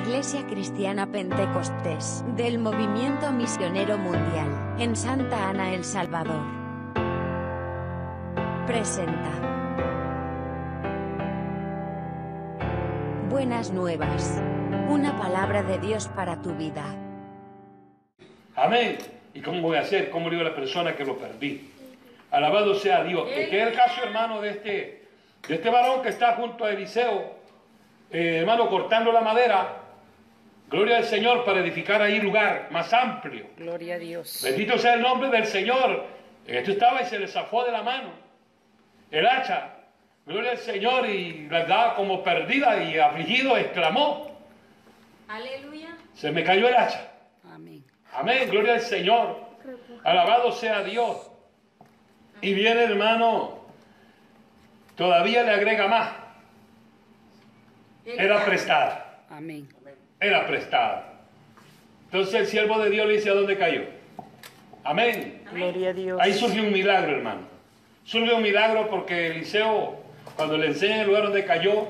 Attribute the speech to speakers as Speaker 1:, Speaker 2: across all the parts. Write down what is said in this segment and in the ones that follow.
Speaker 1: Iglesia Cristiana Pentecostés, del Movimiento Misionero Mundial, en Santa Ana, El Salvador. Presenta. Buenas nuevas. Una palabra de Dios para tu vida.
Speaker 2: Amén. ¿Y cómo voy a hacer? ¿Cómo le digo a la persona que lo perdí? Alabado sea Dios. Que es el caso, hermano, de este, de este varón que está junto a Eliseo, eh, hermano, cortando la madera. Gloria al Señor para edificar ahí lugar más amplio.
Speaker 3: Gloria a Dios.
Speaker 2: Bendito sea el nombre del Señor. Esto estaba y se le zafó de la mano. El hacha. Gloria al Señor y la daba como perdida y afligido exclamó.
Speaker 4: Aleluya.
Speaker 2: Se me cayó el hacha.
Speaker 3: Amén.
Speaker 2: Amén. Gloria al Señor. Alabado sea Dios. Y viene hermano, todavía le agrega más. Era prestada.
Speaker 3: Amén.
Speaker 2: Era prestada. Entonces el siervo de Dios le dice a dónde cayó. Amén.
Speaker 3: Gloria a Dios.
Speaker 2: Ahí surge un milagro, hermano. Surge un milagro porque Eliseo, cuando le enseña el lugar donde cayó,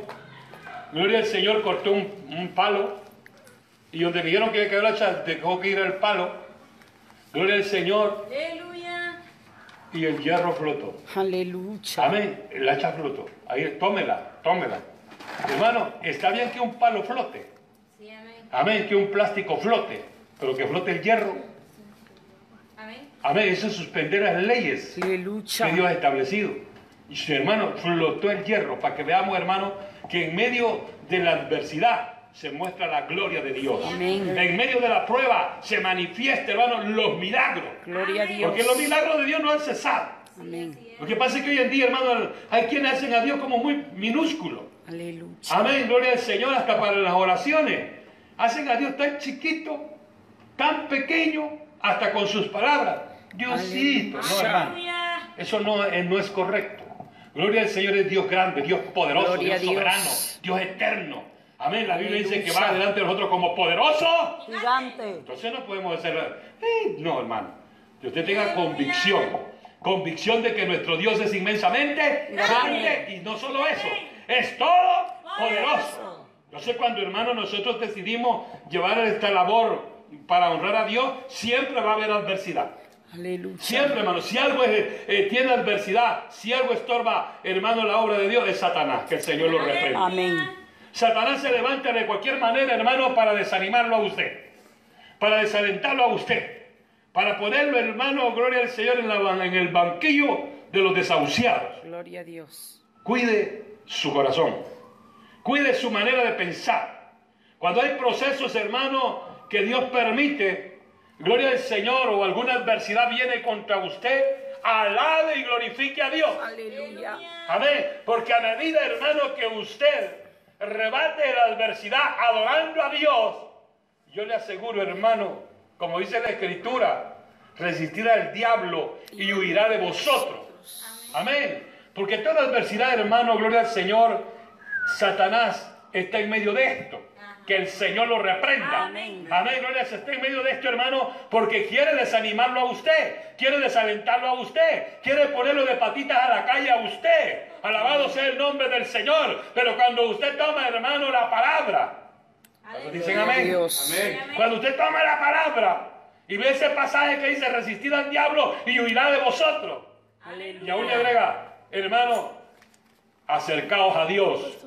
Speaker 2: gloria al Señor, cortó un, un palo. Y donde vieron que le cayó la hacha, dejó que ir al palo. Gloria al Señor.
Speaker 4: Aleluya.
Speaker 2: Y el hierro flotó.
Speaker 3: Aleluya.
Speaker 2: Amén. El hacha flotó. Ahí, tómela, tómela. Hermano, está bien que un palo flote.
Speaker 4: Sí, amén.
Speaker 2: Amén, que un plástico flote. Pero que flote el hierro.
Speaker 4: Amén.
Speaker 2: Amén, eso es suspender las leyes que Dios
Speaker 3: Aleluya.
Speaker 2: ha establecido. Y su hermano flotó el hierro para que veamos, hermano, que en medio de la adversidad se muestra la gloria de Dios.
Speaker 3: Amén.
Speaker 2: En medio de la prueba se manifiesta, hermano, los milagros.
Speaker 3: Gloria a
Speaker 2: Porque los
Speaker 3: Dios.
Speaker 2: milagros de Dios no han cesado.
Speaker 3: Amén.
Speaker 2: Lo que pasa es que hoy en día, hermano, hay quienes hacen a Dios como muy minúsculo.
Speaker 3: Aleluya.
Speaker 2: Amén, gloria al Señor, hasta para las oraciones. Hacen a Dios tan chiquito, tan pequeño, hasta con sus palabras. Diosito, no, hermano.
Speaker 4: Aleluya.
Speaker 2: Eso no, eh, no es correcto. Gloria al Señor es Dios grande, Dios poderoso,
Speaker 3: Gloria a
Speaker 2: Dios soberano,
Speaker 3: Dios.
Speaker 2: Dios. eterno. Amén. La Biblia dice que
Speaker 3: Aleluya.
Speaker 2: va delante de nosotros como poderoso.
Speaker 5: Gigante.
Speaker 2: Entonces no podemos hacer. eh, no, hermano. Que usted tenga convicción. Convicción de que nuestro Dios es inmensamente grande. Y no solo eso, es todo poderoso. Entonces, cuando hermano nosotros decidimos llevar esta labor para honrar a Dios, siempre va a haber adversidad.
Speaker 3: Aleluya.
Speaker 2: Siempre, hermano, si algo es- eh, tiene adversidad, si algo estorba, hermano, la obra de Dios, es Satanás, que el Señor lo reprenda.
Speaker 3: Amén.
Speaker 2: Satanás se levanta de cualquier manera, hermano, para desanimarlo a usted, para desalentarlo a usted, para ponerlo, hermano, gloria al Señor, en, la ban- en el banquillo de los desahuciados.
Speaker 3: Gloria a Dios.
Speaker 2: Cuide su corazón, cuide su manera de pensar. Cuando hay procesos, hermano, que Dios permite, gloria al Señor o alguna adversidad viene contra usted, alabe y glorifique a Dios.
Speaker 3: Aleluya.
Speaker 2: Amén. Porque a medida, hermano, que usted rebate la adversidad adorando a Dios, yo le aseguro, hermano, como dice la Escritura, resistirá al diablo y huirá de vosotros. Amén. Porque toda adversidad, hermano, gloria al Señor, Satanás está en medio de esto. Que el Señor lo reprenda.
Speaker 4: Amén.
Speaker 2: Amén, gloria a Dios. Está en medio de esto, hermano, porque quiere desanimarlo a usted, quiere desalentarlo a usted, quiere ponerlo de patitas a la calle a usted. Alabado sea el nombre del Señor. Pero cuando usted toma, hermano, la palabra, cuando dicen
Speaker 3: Gloria a
Speaker 2: amén.
Speaker 3: Dios.
Speaker 2: Cuando usted toma la palabra y ve ese pasaje que dice resistir al diablo y huirá de vosotros. Y aún le agrega, hermano, acercaos a Dios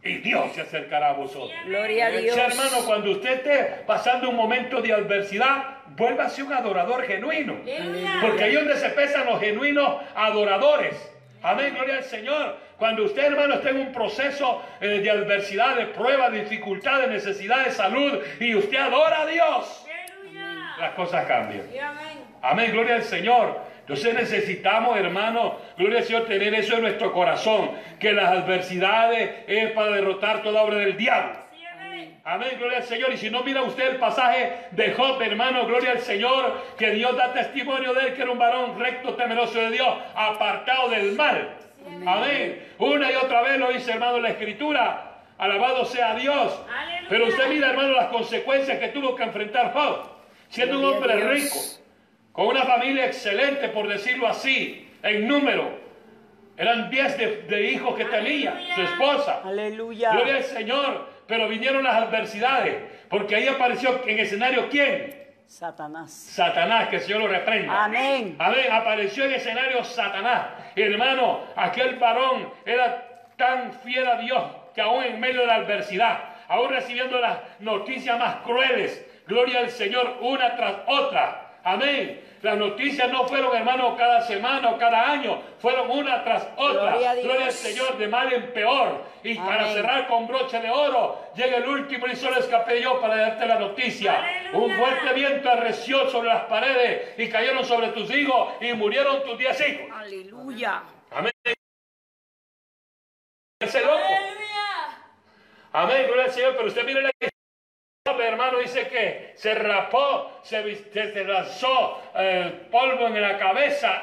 Speaker 2: y Dios se acercará a vosotros.
Speaker 3: Gloria a Dios.
Speaker 2: Sí, hermano, cuando usted esté pasando un momento de adversidad, vuélvase un adorador genuino.
Speaker 4: Aleluya.
Speaker 2: Porque ahí es donde se pesan los genuinos adoradores. Amén, gloria al Señor. Cuando usted, hermano, esté en un proceso eh, de adversidad, de prueba, de dificultad, de necesidad de salud, y usted adora a Dios,
Speaker 4: Aleluya.
Speaker 2: las cosas cambian.
Speaker 4: Y amén.
Speaker 2: Amén, gloria al Señor. Entonces necesitamos, hermano, gloria al Señor, tener eso en nuestro corazón, que las adversidades es para derrotar toda obra del diablo.
Speaker 4: Sí, amén.
Speaker 2: Amén, gloria al Señor. Y si no mira usted el pasaje de Job, hermano, gloria al Señor, que Dios da testimonio de él, que era un varón recto, temeroso de Dios, apartado del mal. Amén. Una y otra vez lo dice, hermano, la escritura. Alabado sea Dios.
Speaker 4: Aleluya.
Speaker 2: Pero usted mira, hermano, las consecuencias que tuvo que enfrentar Job, siendo un
Speaker 3: Gloria a
Speaker 2: hombre
Speaker 3: Dios.
Speaker 2: rico, con una familia excelente, por decirlo así, en número. Eran 10 de, de hijos que tenía, su esposa.
Speaker 5: Aleluya.
Speaker 2: Gloria al Señor. pero vinieron las adversidades, porque ahí apareció en escenario quién?
Speaker 3: Satanás.
Speaker 2: Satanás, que el Señor lo reprenda.
Speaker 3: Amén.
Speaker 2: Amén. Apareció en escenario Satanás. Hermano, aquel varón era tan fiel a Dios que aún en medio de la adversidad, aún recibiendo las noticias más crueles, gloria al Señor una tras otra. Amén. Las noticias no fueron, hermano, cada semana o cada año, fueron una tras otra.
Speaker 3: Gloria a Dios.
Speaker 2: al Señor, de mal en peor. Y para
Speaker 3: Amén.
Speaker 2: cerrar con broche de oro, llega el último y solo escapé yo para darte la noticia.
Speaker 4: ¡Aleluya!
Speaker 2: Un fuerte viento arreció sobre las paredes y cayeron sobre tus hijos y murieron tus diez hijos.
Speaker 3: Aleluya.
Speaker 2: Amén. Ese loco.
Speaker 4: Aleluya.
Speaker 2: Amén, gloria al Señor. Pero usted mire la historia, hermano, dice que se rapó, se, vis- se, se lanzó eh, polvo en la cabeza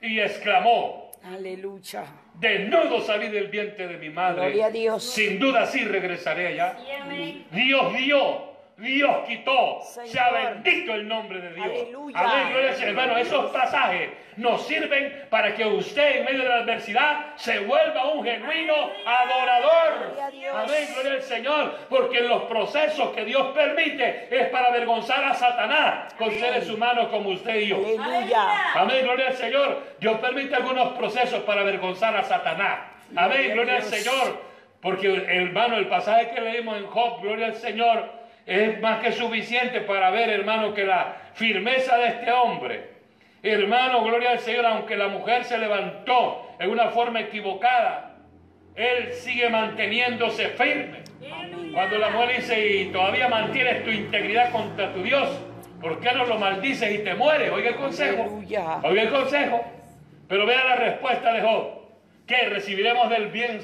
Speaker 2: y exclamó,
Speaker 3: Aleluya.
Speaker 2: desnudo salí del vientre de mi madre.
Speaker 3: Gloria a Dios.
Speaker 2: Sin duda sí regresaré allá.
Speaker 4: Y amén.
Speaker 2: Dios dio, Dios quitó,
Speaker 3: Señor.
Speaker 2: sea bendito el nombre de Dios.
Speaker 3: Aleluya.
Speaker 2: Amén, gloria al Señor. Hermano, esos pasajes nos sirven para que usted en medio de la adversidad se vuelva un genuino adorador.
Speaker 3: Gloria a Dios.
Speaker 2: Amén, gloria al Señor, porque los procesos que Dios permite es para avergonzar a Satanás con seres humanos como usted y yo.
Speaker 3: Aleluya.
Speaker 2: Amén, gloria al Señor. Dios permite algunos procesos para avergonzar a Satanás. Amén,
Speaker 3: Gloria a
Speaker 2: gloria al
Speaker 3: Dios.
Speaker 2: Señor. Porque, hermano, el pasaje que leímos en Job, gloria al Señor, es más que suficiente para ver, hermano, que la firmeza de este hombre, hermano, gloria al Señor, aunque la mujer se levantó en una forma equivocada, él sigue manteniéndose firme. Cuando la mujer dice, y todavía mantienes tu integridad contra tu Dios, ¿por qué no lo maldices y te mueres? Oiga el consejo.
Speaker 3: Aleluya.
Speaker 2: Oiga el consejo. Pero vea la respuesta de Job. Que recibiremos del bien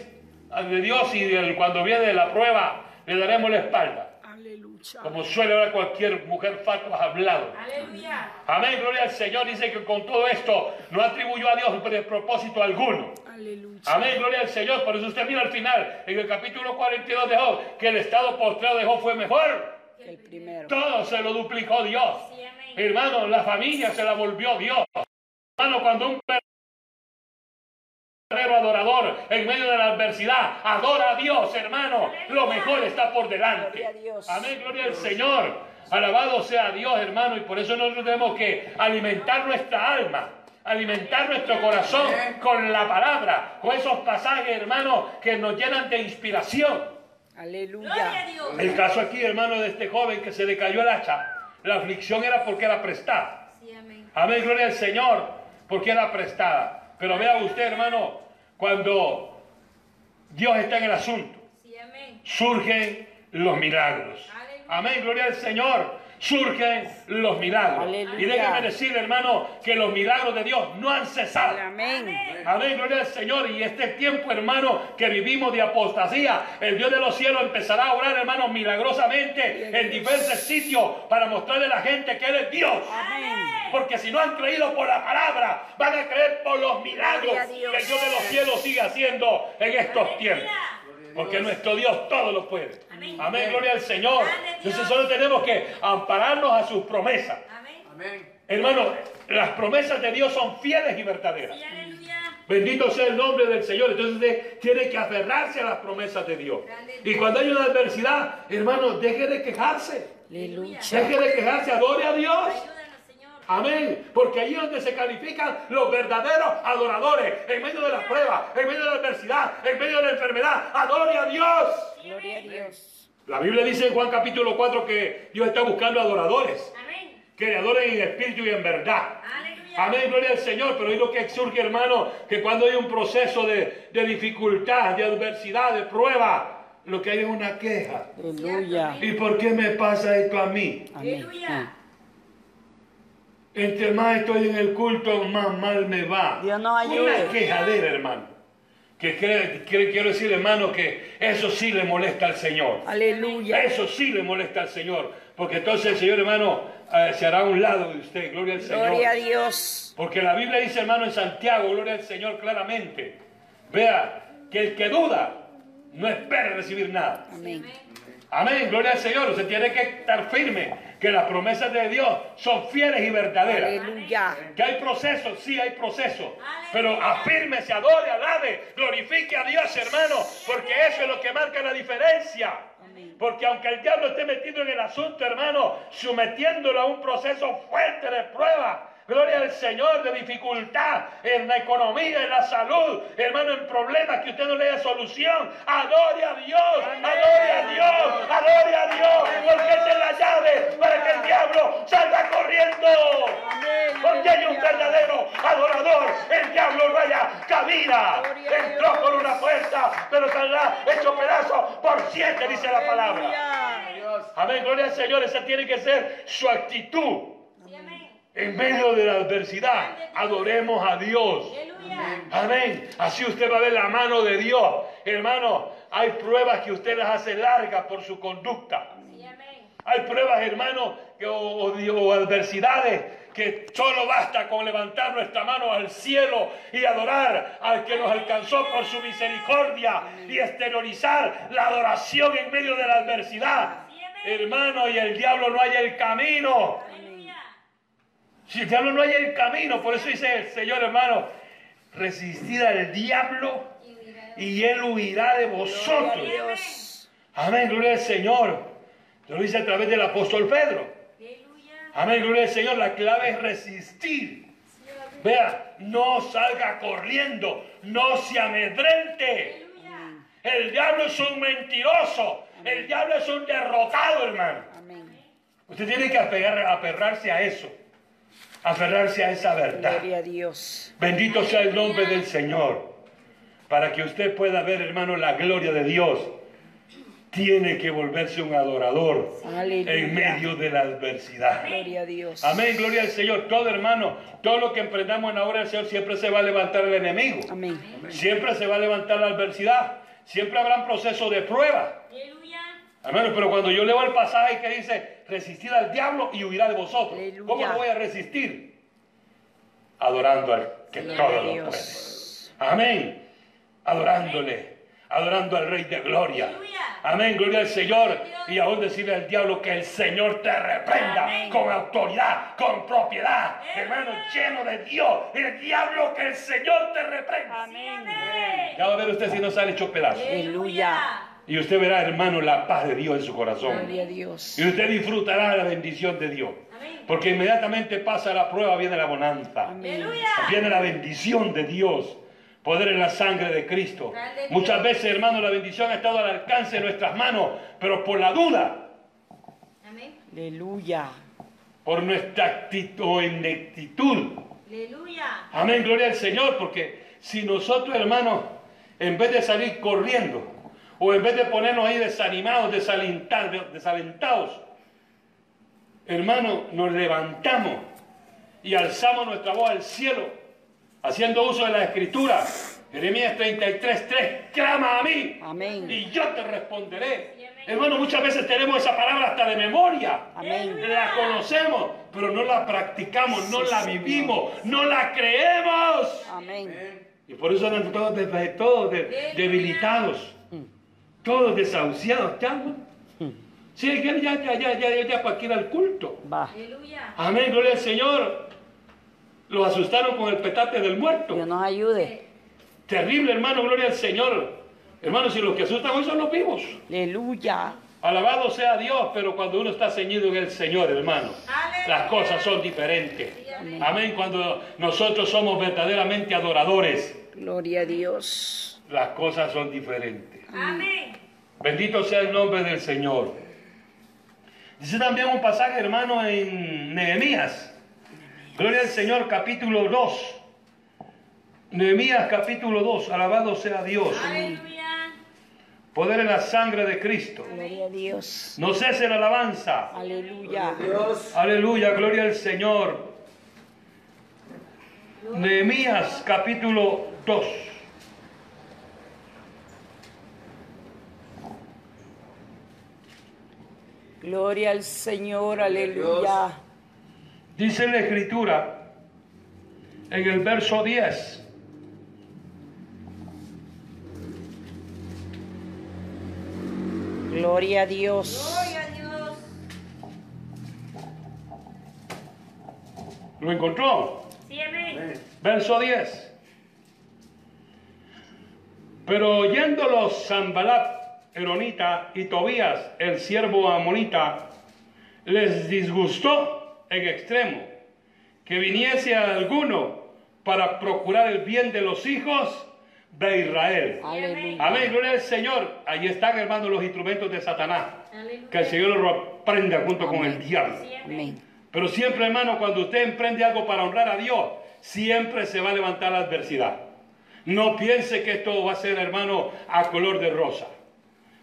Speaker 2: ah, de Dios y del- cuando viene la prueba le daremos la espalda.
Speaker 3: Aleluya.
Speaker 2: Como suele ahora cualquier mujer fatua hablado.
Speaker 4: Aleluya.
Speaker 2: Amén, gloria al Señor. Dice que con todo esto no atribuyó a Dios de propósito alguno.
Speaker 3: Aleluya.
Speaker 2: Amén, gloria al Señor. Por eso usted mira al final, en el capítulo 42 de Job, que el estado postrado de Job fue mejor.
Speaker 3: El primero.
Speaker 2: Todo se lo duplicó Dios.
Speaker 4: Sí, amén.
Speaker 2: Hermano, la familia se la volvió Dios. Hermano, cuando un verdadero adorador en medio de la adversidad adora a Dios, hermano, lo mejor está por delante.
Speaker 3: Gloria a Dios.
Speaker 2: Amén, gloria al Señor. Alabado sea Dios, hermano, y por eso nosotros tenemos que alimentar nuestra alma. Alimentar nuestro corazón con la palabra, con esos pasajes, hermano, que nos llenan de inspiración.
Speaker 4: Gloria a
Speaker 3: Aleluya.
Speaker 4: Dios.
Speaker 2: El caso aquí, hermano, de este joven que se le cayó el hacha, la aflicción era porque era prestada.
Speaker 4: Sí, amén.
Speaker 2: Amén, gloria al Señor, porque era prestada. Pero vea usted, hermano, cuando Dios está en el asunto,
Speaker 4: Sí, amén.
Speaker 2: surgen los milagros. Amén, gloria al Señor, surgen los milagros.
Speaker 3: Aleluya.
Speaker 2: Y déjeme decir, hermano, que los milagros de Dios no han cesado.
Speaker 3: Amén.
Speaker 2: Amén, gloria al Señor. Y este tiempo, hermano, que vivimos de apostasía, el Dios de los cielos empezará a orar, hermano, milagrosamente en diversos sitios para mostrarle a la gente que Él es Dios.
Speaker 3: Amén.
Speaker 2: Porque si no han creído por la palabra, van a creer por los milagros
Speaker 3: Gloria a
Speaker 2: que
Speaker 3: Dios.
Speaker 2: el Dios de los cielos sigue haciendo en estos tiempos. Porque nuestro Dios todo lo puede.
Speaker 4: Amén.
Speaker 2: Amén, gloria al Señor.
Speaker 4: Grande Dios.
Speaker 2: Entonces solo tenemos que ampararnos a sus promesas.
Speaker 4: Amén.
Speaker 5: Amén.
Speaker 2: Hermano, las promesas de Dios son fieles y verdaderas.
Speaker 4: Sí, aleluya.
Speaker 2: Bendito sea el nombre del Señor. Entonces usted tiene que aferrarse a las promesas de Dios.
Speaker 4: Grande Dios.
Speaker 2: Y cuando hay una adversidad, hermano, deje de quejarse.
Speaker 3: Aleluya.
Speaker 2: Deje de quejarse, adore a Dios.
Speaker 4: Ayúdanos, Señor.
Speaker 2: Amén. Porque ahí es donde se califican los verdaderos adoradores. En medio de la prueba, en medio de la adversidad, en medio de la enfermedad. Adore a Dios.
Speaker 3: Gloria a Dios.
Speaker 2: La Biblia dice en Juan capítulo 4 que Dios está buscando adoradores.
Speaker 4: Amén.
Speaker 2: Que le adoren en espíritu y en verdad.
Speaker 4: Aleluya.
Speaker 2: Amén, gloria al Señor. Pero hoy lo que surge, hermano, que cuando hay un proceso de, de dificultad, de adversidad, de prueba, lo que hay es una queja.
Speaker 3: Aleluya.
Speaker 2: ¿Y por qué me pasa esto a mí?
Speaker 3: Amén.
Speaker 4: Aleluya.
Speaker 2: Entre más estoy en el culto, más mal me va.
Speaker 3: Dios nos ayude.
Speaker 2: Una quejadera, hermano. Que cre- cre- quiero decir, hermano, que eso sí le molesta al Señor.
Speaker 3: Aleluya.
Speaker 2: Eso sí le molesta al Señor. Porque entonces el Señor, hermano, eh, se hará a un lado de usted. Gloria al Señor.
Speaker 3: Gloria a Dios.
Speaker 2: Porque la Biblia dice, hermano, en Santiago, gloria al Señor claramente. Vea, que el que duda no espere recibir nada.
Speaker 3: Amén.
Speaker 4: Amén.
Speaker 2: Amén, gloria al Señor. Usted tiene que estar firme que las promesas de Dios son fieles y verdaderas.
Speaker 3: Aleluya.
Speaker 2: Que hay proceso, sí hay proceso.
Speaker 4: Aleluya.
Speaker 2: Pero afírmese, adore, alabe, glorifique a Dios, hermano, porque eso es lo que marca la diferencia. Porque aunque el diablo esté metido en el asunto, hermano, sometiéndolo a un proceso fuerte de prueba. Gloria al Señor de dificultad en la economía, en la salud, hermano, en problemas que usted no le dé solución. Adore a Dios, adore a Dios, adore a Dios, porque esa es la llave para que el diablo salga corriendo. Porque hay un verdadero adorador. El diablo no haya cabida. Entró por una puerta, pero saldrá hecho pedazo por siete, dice la palabra. Amén, gloria al Señor. Esa tiene que ser su actitud.
Speaker 4: Sí, amén.
Speaker 2: En medio de la adversidad, adoremos a Dios.
Speaker 4: Aleluya.
Speaker 2: Amén. Así usted va a ver la mano de Dios. Hermano, hay pruebas que usted las hace largas por su conducta.
Speaker 4: Sí, amén.
Speaker 2: Hay pruebas, hermano, que- o, o- o adversidades que solo basta con levantar nuestra mano al cielo y adorar al que nos alcanzó por su misericordia y exteriorizar la adoración en medio de la adversidad. Hermano, y el diablo no haya el camino.
Speaker 4: Aleluya.
Speaker 2: Si el diablo no haya el camino, por eso dice el Señor, hermano, resistid al diablo y él huirá de vosotros.
Speaker 3: Dios.
Speaker 2: Amén, gloria al Señor. Te lo dice a través del apóstol Pedro.
Speaker 4: Aleluya.
Speaker 2: Amén, gloria al Señor. La clave es resistir. Vea, no salga corriendo, no se amedrente.
Speaker 4: Aleluya.
Speaker 2: El diablo es un mentiroso, el diablo es un derrotado, hermano.
Speaker 3: Amén.
Speaker 2: Usted tiene que apegar- aferrarse a eso, aferrarse a esa verdad.
Speaker 3: Gloria a Dios.
Speaker 2: Bendito sea el nombre del Señor. Para que usted pueda ver, hermano, la gloria de Dios, tiene que volverse un adorador en
Speaker 3: Aleluya.
Speaker 2: medio de la adversidad.
Speaker 3: Gloria a Dios.
Speaker 2: Amén, gloria al Señor. Todo hermano, todo lo que emprendamos en la obra del Señor siempre se va a levantar el enemigo.
Speaker 3: Amén.
Speaker 2: Siempre se va a levantar la adversidad. Siempre habrá proceso de prueba.
Speaker 4: Aleluya.
Speaker 2: Hermano, pero cuando yo leo el pasaje que dice, resistir al diablo y huirá de vosotros.
Speaker 3: Aleluya.
Speaker 2: ¿Cómo lo voy a resistir? Adorando al que todo lo puede.
Speaker 3: Dios.
Speaker 2: Amén. Adorándole. Adorando al Rey de Gloria.
Speaker 4: Aleluya.
Speaker 2: Amén. Gloria al Señor. Y aún decirle al diablo que el Señor te reprenda
Speaker 4: Amén.
Speaker 2: con autoridad, con propiedad.
Speaker 4: Amén.
Speaker 2: Hermano, lleno de Dios. El diablo que el Señor te reprenda.
Speaker 4: Amén.
Speaker 2: Ya va a ver usted si no sale hecho pedazos.
Speaker 3: Aleluya.
Speaker 2: Y usted verá, hermano, la paz de Dios en su corazón.
Speaker 3: Gloria a Dios.
Speaker 2: Y usted disfrutará la bendición de Dios.
Speaker 4: Amén.
Speaker 2: Porque inmediatamente pasa la prueba, viene la bonanza.
Speaker 4: Aleluya.
Speaker 2: Viene la bendición de Dios. Poder en la sangre de Cristo.
Speaker 4: Aleluya.
Speaker 2: Muchas veces, hermano, la bendición ha estado al alcance de nuestras manos, pero por la duda,
Speaker 4: Amén.
Speaker 3: Aleluya.
Speaker 2: por nuestra actitud o ineptitud.
Speaker 4: Aleluya.
Speaker 2: Amén, gloria al Señor, porque si nosotros, hermanos, en vez de salir corriendo, o en vez de ponernos ahí desanimados, desalentar- desalentados, hermano, nos levantamos y alzamos nuestra voz al cielo, haciendo uso de la escritura. Jeremías 33, 3, clama a mí
Speaker 3: Amén.
Speaker 2: y yo te responderé.
Speaker 4: amén.
Speaker 2: Hermano, muchas veces tenemos esa palabra hasta de memoria.
Speaker 3: Amén.
Speaker 2: La conocemos, pero no la practicamos, no la vivimos, no la creemos.
Speaker 3: Amén.
Speaker 2: Y por eso andan todos, de- todos de- debilitados, todos desahuciados. ¿Ya, no? Sí, ya, ya, ya, ya, ya, ya, ya, para que ir al culto.
Speaker 3: Va.
Speaker 4: Aleluya.
Speaker 2: Amén, gloria al Señor. Los asustaron con el petate del
Speaker 3: Dios
Speaker 2: muerto.
Speaker 3: nos ayude.
Speaker 2: Terrible, hermano, gloria al Señor. Hermanos, si los que asustan hoy son los vivos.
Speaker 3: Aleluya.
Speaker 2: Alabado sea Dios, pero cuando uno está ceñido en el Señor, hermano,
Speaker 4: Aleluya.
Speaker 2: las cosas son diferentes.
Speaker 4: amén.
Speaker 2: Amén, cuando nosotros somos verdaderamente adoradores,
Speaker 3: Gloria a Dios.
Speaker 2: las cosas son diferentes.
Speaker 4: Amén.
Speaker 2: Bendito sea el nombre del Señor. Dice también un pasaje, hermano, en Nehemías. Gloria al Señor, capítulo 2. Nehemías, capítulo 2. Alabado sea Dios.
Speaker 4: Aleluya.
Speaker 2: Poder en la sangre de Cristo.
Speaker 3: Gloria a Dios.
Speaker 2: No cese la alabanza.
Speaker 3: Aleluya.
Speaker 2: Aleluya, gloria al Señor. Nehemías capítulo 2.
Speaker 3: Gloria al Señor. Aleluya.
Speaker 2: Dice la escritura en el verso 10.
Speaker 3: Gloria a Dios.
Speaker 4: Gloria a Dios.
Speaker 2: ¿Lo encontró?
Speaker 4: Sí, amén.
Speaker 2: Verso 10. Pero oyéndolos Sanbalat, Eronita y Tobías, el siervo amonita, les disgustó en extremo que viniese alguno para procurar el bien de los hijos de Israel.
Speaker 4: Ah.
Speaker 3: Aleluya.
Speaker 2: Amén, gloria al Señor. Allí están, hermanos, los instrumentos de Satanás.
Speaker 4: Aleluya.
Speaker 2: Que el Señor los reprenda junto con el diablo.
Speaker 4: Sí, amén.
Speaker 3: Amén.
Speaker 2: Pero siempre, hermano, cuando usted emprende algo para honrar a Dios, siempre se va a levantar la adversidad. No piense que esto va a ser, hermano, a color de rosa.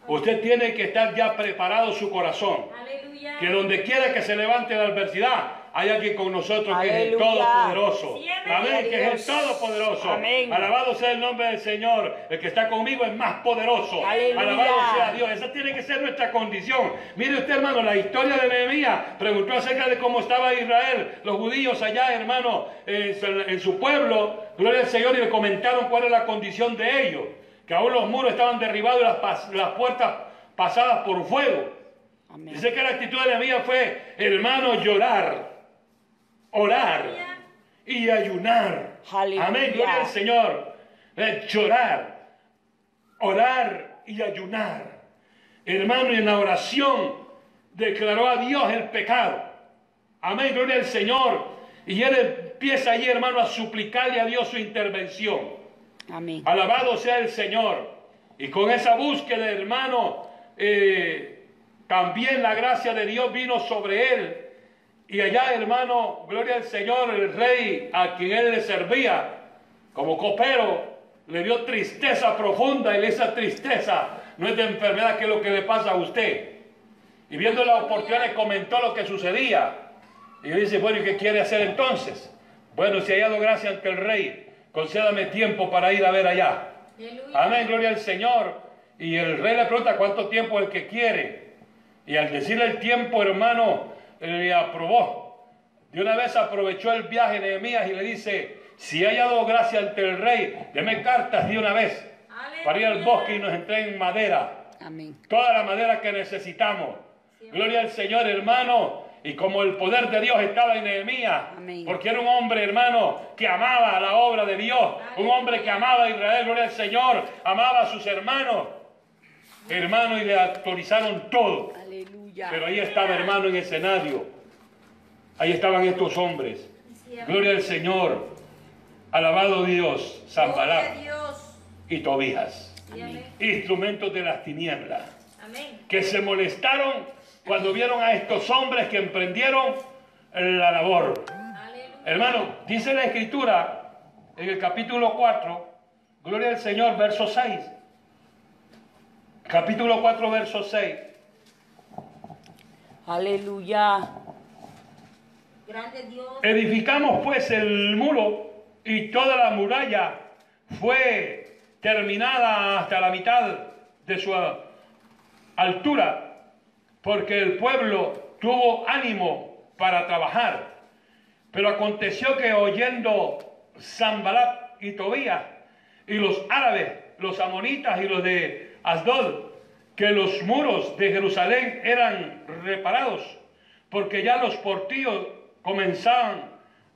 Speaker 2: Usted tiene que estar ya preparado su corazón.
Speaker 4: Aleluya.
Speaker 2: Que donde quiera que se levante la adversidad, hay alguien con nosotros que es el
Speaker 3: Aleluya.
Speaker 2: Todopoderoso.
Speaker 4: Siempre,
Speaker 2: Amén, que es el
Speaker 3: Dios.
Speaker 2: Todopoderoso.
Speaker 3: Amén.
Speaker 2: Alabado sea el nombre del Señor. El que está conmigo es más poderoso.
Speaker 3: Aleluya.
Speaker 2: Alabado sea Dios. Esa tiene que ser nuestra condición. Mire usted, hermano, la historia de Nehemías preguntó acerca de cómo estaba Israel, los judíos allá, hermano, en su, en su pueblo. Gloria al Señor y le comentaron cuál era la condición de ellos. Que aún los muros estaban derribados y las, pas- las puertas pasadas por fuego.
Speaker 3: Amén.
Speaker 2: Dice que la actitud de Nehemías fue, hermano, llorar, orar y ayunar.
Speaker 3: Aleluya.
Speaker 2: Amén, gloria al Señor. Eh, llorar, orar y ayunar. Hermano, y en la oración declaró a Dios el pecado. Amén, gloria al Señor. Y él empieza ahí, hermano, a suplicarle a Dios su intervención.
Speaker 3: Amén.
Speaker 2: Alabado sea el Señor. Y con esa búsqueda, hermano, eh, también la gracia de Dios vino sobre él. Y allá, hermano, gloria al Señor, el rey a quien él le servía como copero, le dio tristeza profunda y esa tristeza no es de enfermedad que es lo que le pasa a usted. Y viendo la oportunidad le comentó lo que sucedía. Y él dice, bueno, ¿y qué quiere hacer entonces? Bueno, si ha hallado gracia ante el rey, concédame tiempo para ir a ver allá.
Speaker 4: Aleluya.
Speaker 2: Amén, gloria al Señor. Y el rey le pregunta cuánto tiempo el que quiere. Y al decirle el tiempo, hermano, le aprobó. De una vez aprovechó el viaje de Nehemías y le dice, si he hallado gracia ante el rey, deme cartas de una vez para ir al bosque y nos entreguen madera
Speaker 3: Amén.
Speaker 2: toda la madera que necesitamos. Gloria al Señor, hermano. Y como el poder de Dios estaba en Nehemías,
Speaker 3: Amén.
Speaker 2: porque era un hombre, hermano, que amaba la obra de Dios, un hombre que amaba a Israel, gloria al Señor, amaba a sus hermanos, hermano, y le autorizaron todo.
Speaker 3: Aleluya.
Speaker 2: Pero ahí estaba, hermano, en el escenario. Ahí estaban estos hombres.
Speaker 4: Sí, amén.
Speaker 2: Gloria al Señor, alabado Dios,
Speaker 4: Gloria a
Speaker 2: Zambalá
Speaker 4: Dios.
Speaker 2: y Tobías,
Speaker 4: Sí, amén.
Speaker 2: instrumentos de las tinieblas
Speaker 4: Amén.
Speaker 2: que se molestaron cuando vieron a estos hombres que emprendieron la labor.
Speaker 4: Aleluya.
Speaker 2: Hermano, dice la escritura en el capítulo 4, Gloria al Señor, verso 6. Capítulo 4, verso 6.
Speaker 3: Aleluya.
Speaker 4: Grande Dios.
Speaker 2: Edificamos pues el muro y toda la muralla fue terminada hasta la mitad de su a- altura, porque el pueblo tuvo ánimo para trabajar. Pero aconteció que oyendo Sanbalat y Tobías y los árabes, los amonitas y los de Asdod, que los muros de Jerusalén eran reparados, porque ya los portillos comenzaban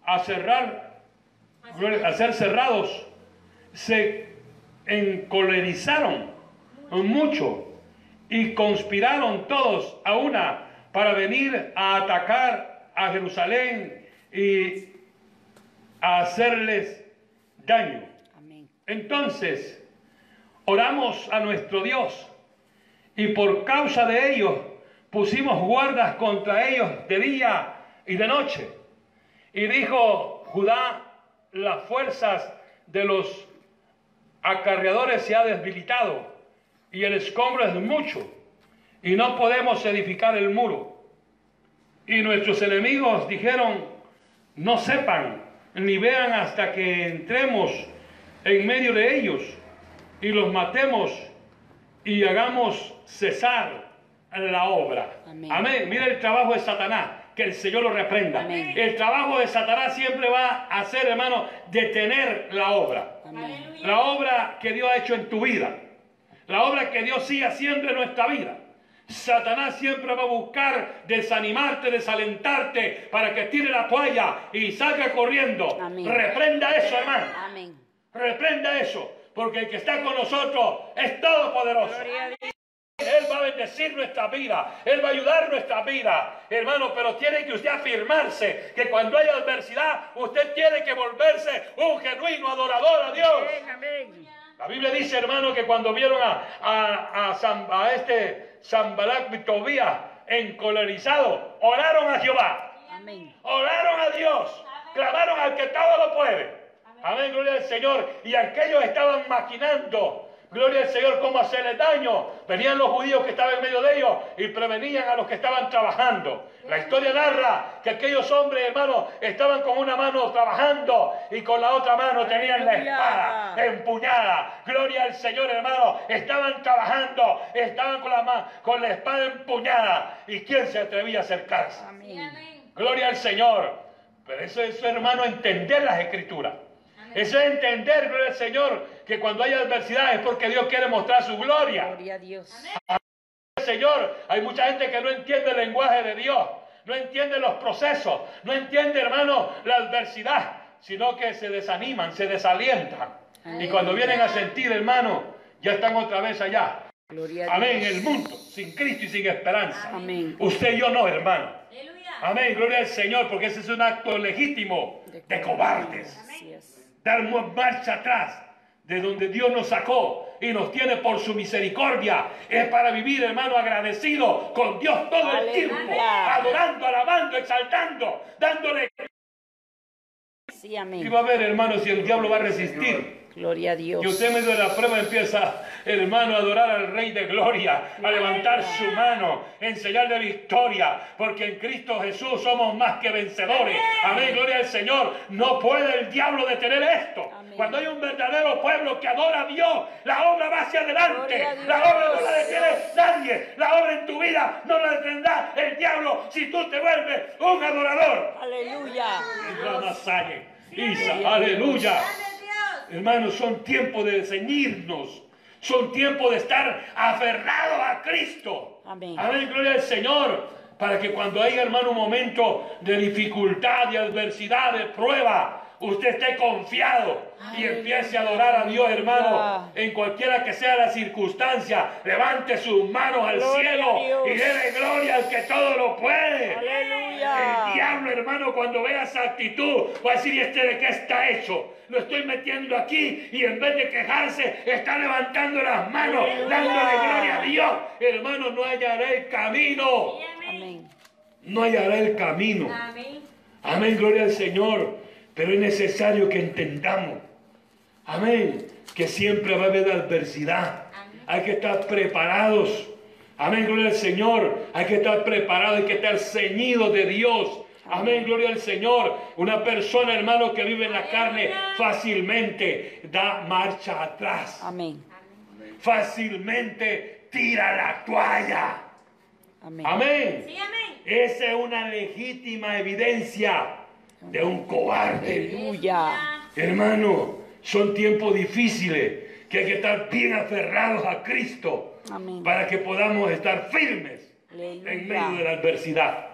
Speaker 2: a cerrar, a ser cerrados, se encolerizaron mucho y conspiraron todos a una para venir a atacar a Jerusalén y a hacerles daño.
Speaker 3: Amén.
Speaker 2: Entonces, oramos a nuestro Dios y por causa de ellos pusimos guardas contra ellos de día y de noche. Y dijo Judá, las fuerzas de los acarreadores se ha debilitado y el escombro es mucho y no podemos edificar el muro. Y nuestros enemigos dijeron, no sepan ni vean hasta que entremos en medio de ellos y los matemos y hagamos cesar la obra.
Speaker 3: Amén.
Speaker 2: Mira el trabajo de Satanás, que el Señor lo reprenda.
Speaker 3: Amén.
Speaker 2: El trabajo de Satanás siempre va a ser, hermano, detener la obra.
Speaker 3: Amén.
Speaker 2: La obra que Dios ha hecho en tu vida. La obra que Dios sigue haciendo en nuestra vida. Satanás siempre va a buscar desanimarte, desalentarte, para que tire la toalla y salga corriendo.
Speaker 3: Amén.
Speaker 2: Reprenda eso, hermano.
Speaker 3: Amén.
Speaker 2: Reprenda eso, porque el que está con nosotros es todopoderoso. Él va a bendecir nuestra vida, Él va a ayudar nuestra vida, hermano, pero tiene que usted afirmarse que cuando hay adversidad, usted tiene que volverse un genuino adorador a Dios. La Biblia dice, hermano, que cuando vieron a, a, a San- a este Sanbalat y Tobías encolerizado, oraron a Jehová.
Speaker 3: Amén.
Speaker 2: Oraron a Dios, clamaron al que todo lo puede. Amén, gloria al Señor. Y aquellos estaban maquinando, gloria al Señor, cómo hacerle daño. Venían los judíos que estaban en medio de ellos y prevenían a los que estaban trabajando. La historia narra que aquellos hombres, hermanos, estaban con una mano trabajando y con la otra mano tenían la espada empuñada. Gloria al Señor, hermano. Estaban trabajando, estaban con la, ma- con la espada empuñada. ¿Y quién se atrevía a acercarse?
Speaker 4: Amén.
Speaker 2: Gloria al Señor. Pero eso es, hermano, entender las escrituras. Eso es entender, gloria al Señor, que cuando hay adversidad es porque Dios quiere mostrar su gloria.
Speaker 3: Gloria a Dios.
Speaker 2: Gloria al Señor, hay mucha gente que no entiende el lenguaje de Dios, no entiende los procesos, no entiende, hermano, la adversidad, sino que se desaniman, se desalientan. Y cuando vienen a sentir, hermano, ya están otra vez allá.
Speaker 3: Gloria a
Speaker 2: Amén,
Speaker 3: Dios.
Speaker 2: en el mundo, sin Cristo y sin esperanza.
Speaker 3: Amén.
Speaker 2: Usted y yo no, hermano.
Speaker 4: Aleluya.
Speaker 2: Amén, gloria al Señor, porque ese es un acto legítimo de cobardes.
Speaker 3: Así es.
Speaker 2: Dar mu- marcha atrás de donde Dios nos sacó y nos tiene por su misericordia. Es para vivir, hermano, agradecido con Dios todo el
Speaker 3: Aleluya.
Speaker 2: tiempo, adorando, alabando, exaltando, dándole.
Speaker 3: Sí,
Speaker 2: Y
Speaker 3: amén.
Speaker 2: va a ver, hermano, si el diablo va a resistir.
Speaker 3: Gloria a Dios.
Speaker 2: Y usted en medio de la prueba empieza, hermano, a adorar al Rey de Gloria, a levantar su mano en señal de victoria, porque en Cristo Jesús somos más que vencedores. Amén, gloria al Señor. No puede el diablo detener esto.
Speaker 3: Amén.
Speaker 2: Cuando hay un verdadero pueblo que adora a Dios, la obra va hacia adelante.
Speaker 3: Gloria a Dios.
Speaker 2: La obra no la detiene nadie. La obra en tu vida no la detendrá el diablo si tú te vuelves un adorador.
Speaker 3: Aleluya.
Speaker 2: Ramasalle, Isa, aleluya.
Speaker 4: Grande Dios.
Speaker 2: Hermanos, son tiempos de ceñirnos. Son tiempos de estar aferrados a Cristo.
Speaker 3: Amén.
Speaker 2: gloria al Señor. Para que cuando haya, hermano, un momento de dificultad, de adversidad, de prueba, usted esté confiado y empiece a adorar a Dios, hermano.
Speaker 3: Aleluya.
Speaker 2: En cualquiera que sea la circunstancia, levante sus manos al
Speaker 3: Gloria a
Speaker 2: cielo
Speaker 3: Dios.
Speaker 2: y déle gloria al que todo lo puede. El
Speaker 3: Aleluya.
Speaker 2: diablo, hermano, cuando vea esa actitud, va a decir, "¿Y este de qué está hecho? Lo estoy metiendo aquí y en vez de quejarse, está levantando las manos,
Speaker 3: Aleluya.
Speaker 2: dándole gloria a Dios. Hermano, no hallará el camino.
Speaker 3: Amén.
Speaker 2: No hallará el camino.
Speaker 4: Amén.
Speaker 2: Amén, gloria al Señor. Pero es necesario que entendamos. Amén. Que siempre va a haber adversidad. Hay que estar preparados. Amén, gloria al Señor. Hay que estar preparado, hay que estar ceñido de Dios. Amén, gloria al Señor. Una persona, hermano, que vive en la carne fácilmente da marcha atrás.
Speaker 3: Amén.
Speaker 2: Fácilmente tira la toalla.
Speaker 3: Amén.
Speaker 2: Amén.
Speaker 4: Sí, amén.
Speaker 2: Esa es una legítima evidencia de un cobarde.
Speaker 3: Aleluya.
Speaker 2: Hermano, son tiempos difíciles que hay que estar bien aferrados a Cristo
Speaker 3: Amén.
Speaker 2: para que podamos estar firmes en medio de la
Speaker 3: Aleluya.
Speaker 2: adversidad.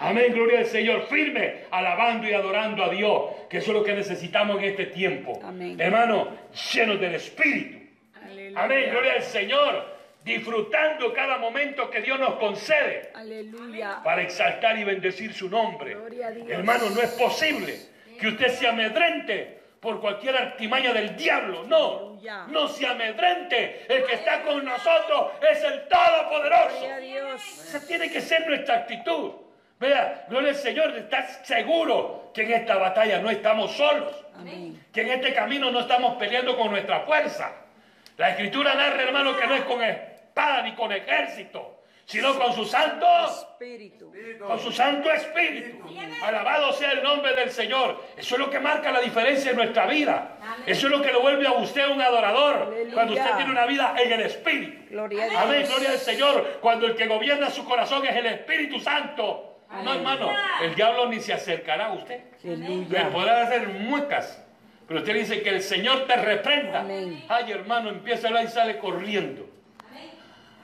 Speaker 2: Amén, gloria al Señor, firme, alabando y adorando a Dios, que eso es lo que necesitamos en este tiempo.
Speaker 3: Amén.
Speaker 2: Hermano, llenos del Espíritu. Amén, gloria al Señor, disfrutando cada momento que Dios nos concede
Speaker 3: Aleluya.
Speaker 2: para exaltar y bendecir su nombre.
Speaker 3: Gloria a Dios.
Speaker 2: Hermano, no es posible que usted se amedrente por cualquier artimaña del diablo. No,
Speaker 3: Aleluya.
Speaker 2: no se amedrente. El que está con nosotros es el Todopoderoso.
Speaker 3: Gloria a Dios.
Speaker 2: Esa tiene que ser nuestra actitud. Vea, gloria al Señor, estás seguro que en esta batalla no estamos solos
Speaker 3: Amén.
Speaker 2: que en este camino no estamos peleando con nuestra fuerza. La escritura narra, hermano, que no es con espada ni con ejército, sino con su santo,
Speaker 3: Espíritu.
Speaker 2: con su santo espíritu. Alabado sea el nombre del Señor. Eso es lo que marca la diferencia en nuestra vida. Eso es lo que lo vuelve a usted un adorador cuando usted tiene una vida en el espíritu.
Speaker 3: Gloria a
Speaker 2: Amén,
Speaker 3: Dios.
Speaker 2: gloria al Señor. Cuando el que gobierna su corazón es el Espíritu Santo. No, hermano, el diablo ni se acercará a usted. Le
Speaker 3: Aleluya.
Speaker 2: podrá hacer muecas, pero usted dice que el Señor te reprenda.
Speaker 3: Amén.
Speaker 2: Ay, hermano, empieza a hablar y sale corriendo.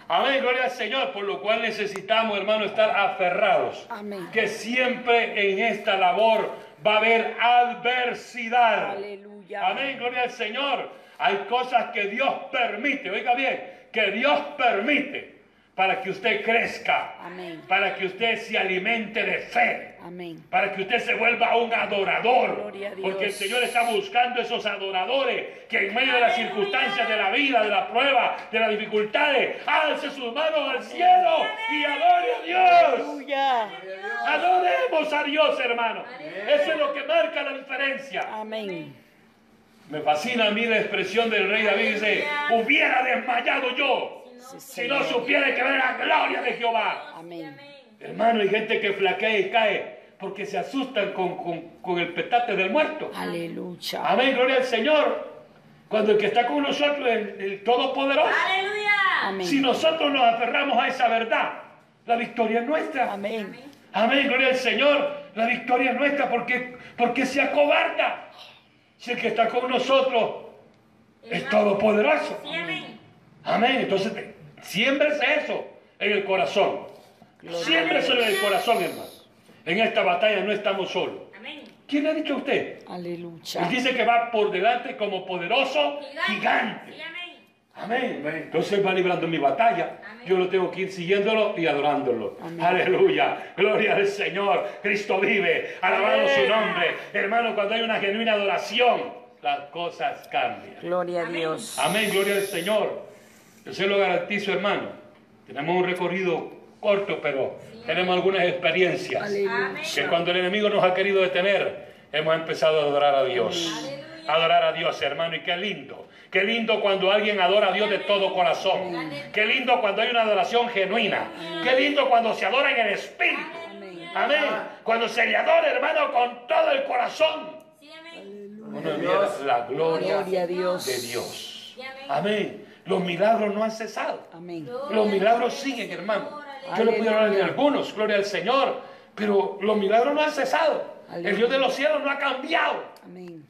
Speaker 2: Amén, gloria al Señor, por lo cual necesitamos, hermano, estar aferrados.
Speaker 3: Amén.
Speaker 2: Que siempre en esta labor va a haber adversidad.
Speaker 3: Aleluya.
Speaker 2: Amén, gloria al Señor. Hay cosas que Dios permite, oiga bien, que Dios permite para que usted crezca,
Speaker 3: Amén.
Speaker 2: para que usted se alimente de fe
Speaker 3: Amén.
Speaker 2: para que usted se vuelva un adorador.
Speaker 3: Gloria a Dios.
Speaker 2: Porque el Señor está buscando esos adoradores que en medio de las circunstancias de la vida, de la prueba, de las dificultades, alce sus manos al cielo y adore a Dios.
Speaker 3: Aleluya.
Speaker 2: Adoremos a Dios, hermano. Eso es lo que marca la diferencia.
Speaker 3: Amén.
Speaker 2: Me fascina a mí la expresión del rey David. Dice, hubiera desmayado yo
Speaker 3: Sí,
Speaker 2: si no
Speaker 3: Señor.
Speaker 2: supiera que ver la gloria de Jehová.
Speaker 3: Amén.
Speaker 2: Hermano, hay gente que flaquea y cae porque se asustan con, con- con el petate del muerto.
Speaker 3: Aleluya.
Speaker 2: Amén, gloria al Señor. Cuando el que está con nosotros es el, el Todopoderoso.
Speaker 4: Aleluya.
Speaker 3: Amén.
Speaker 2: Si nosotros nos aferramos a esa verdad, la victoria es nuestra.
Speaker 3: Amén.
Speaker 2: Amén, gloria al Señor. La victoria es nuestra porque, porque se acobarda. Si el que está con nosotros es Todopoderoso.
Speaker 4: Eh, Sí, amén.
Speaker 2: Amén. Entonces, te- siémbrese eso en el corazón. Siémbrese en el corazón, hermano. En esta batalla no estamos solos.
Speaker 4: Amén.
Speaker 2: ¿Quién le ha dicho a usted? Él
Speaker 3: Aleluya.
Speaker 2: dice que va por delante como poderoso
Speaker 4: Sí,
Speaker 2: gigante.
Speaker 4: amén.
Speaker 2: Amén. Entonces él va librando mi batalla. Yo lo tengo que ir siguiéndolo y adorándolo. Aleluya. Gloria al Señor. Cristo vive. Alabado su nombre. Hermano, cuando hay una genuina adoración, las cosas cambian.
Speaker 3: Gloria a Dios.
Speaker 2: Amén, gloria al Señor. Yo se lo garantizo, hermano. Tenemos un recorrido corto, pero tenemos algunas experiencias.
Speaker 3: Aleluya.
Speaker 2: Que cuando el enemigo nos ha querido detener, hemos empezado a adorar a Dios. Adorar a Dios, hermano, y qué lindo. Qué lindo cuando alguien adora a Dios de todo corazón. Qué lindo cuando hay una adoración genuina. Qué lindo cuando se adora en el espíritu. Amén. Cuando se le adora, hermano, con todo el corazón.
Speaker 4: Sí, amén.
Speaker 2: Uno mira la gloria
Speaker 3: Gloria a Dios.
Speaker 2: de Dios.
Speaker 4: Sí, amén.
Speaker 2: Amén. Los milagros no han cesado.
Speaker 3: Amén.
Speaker 2: Los milagros siguen, hermano. Yo le puedo hablar de algunos, gloria al Señor, pero los milagros no han cesado. El Dios de los cielos no ha cambiado.
Speaker 3: Amén.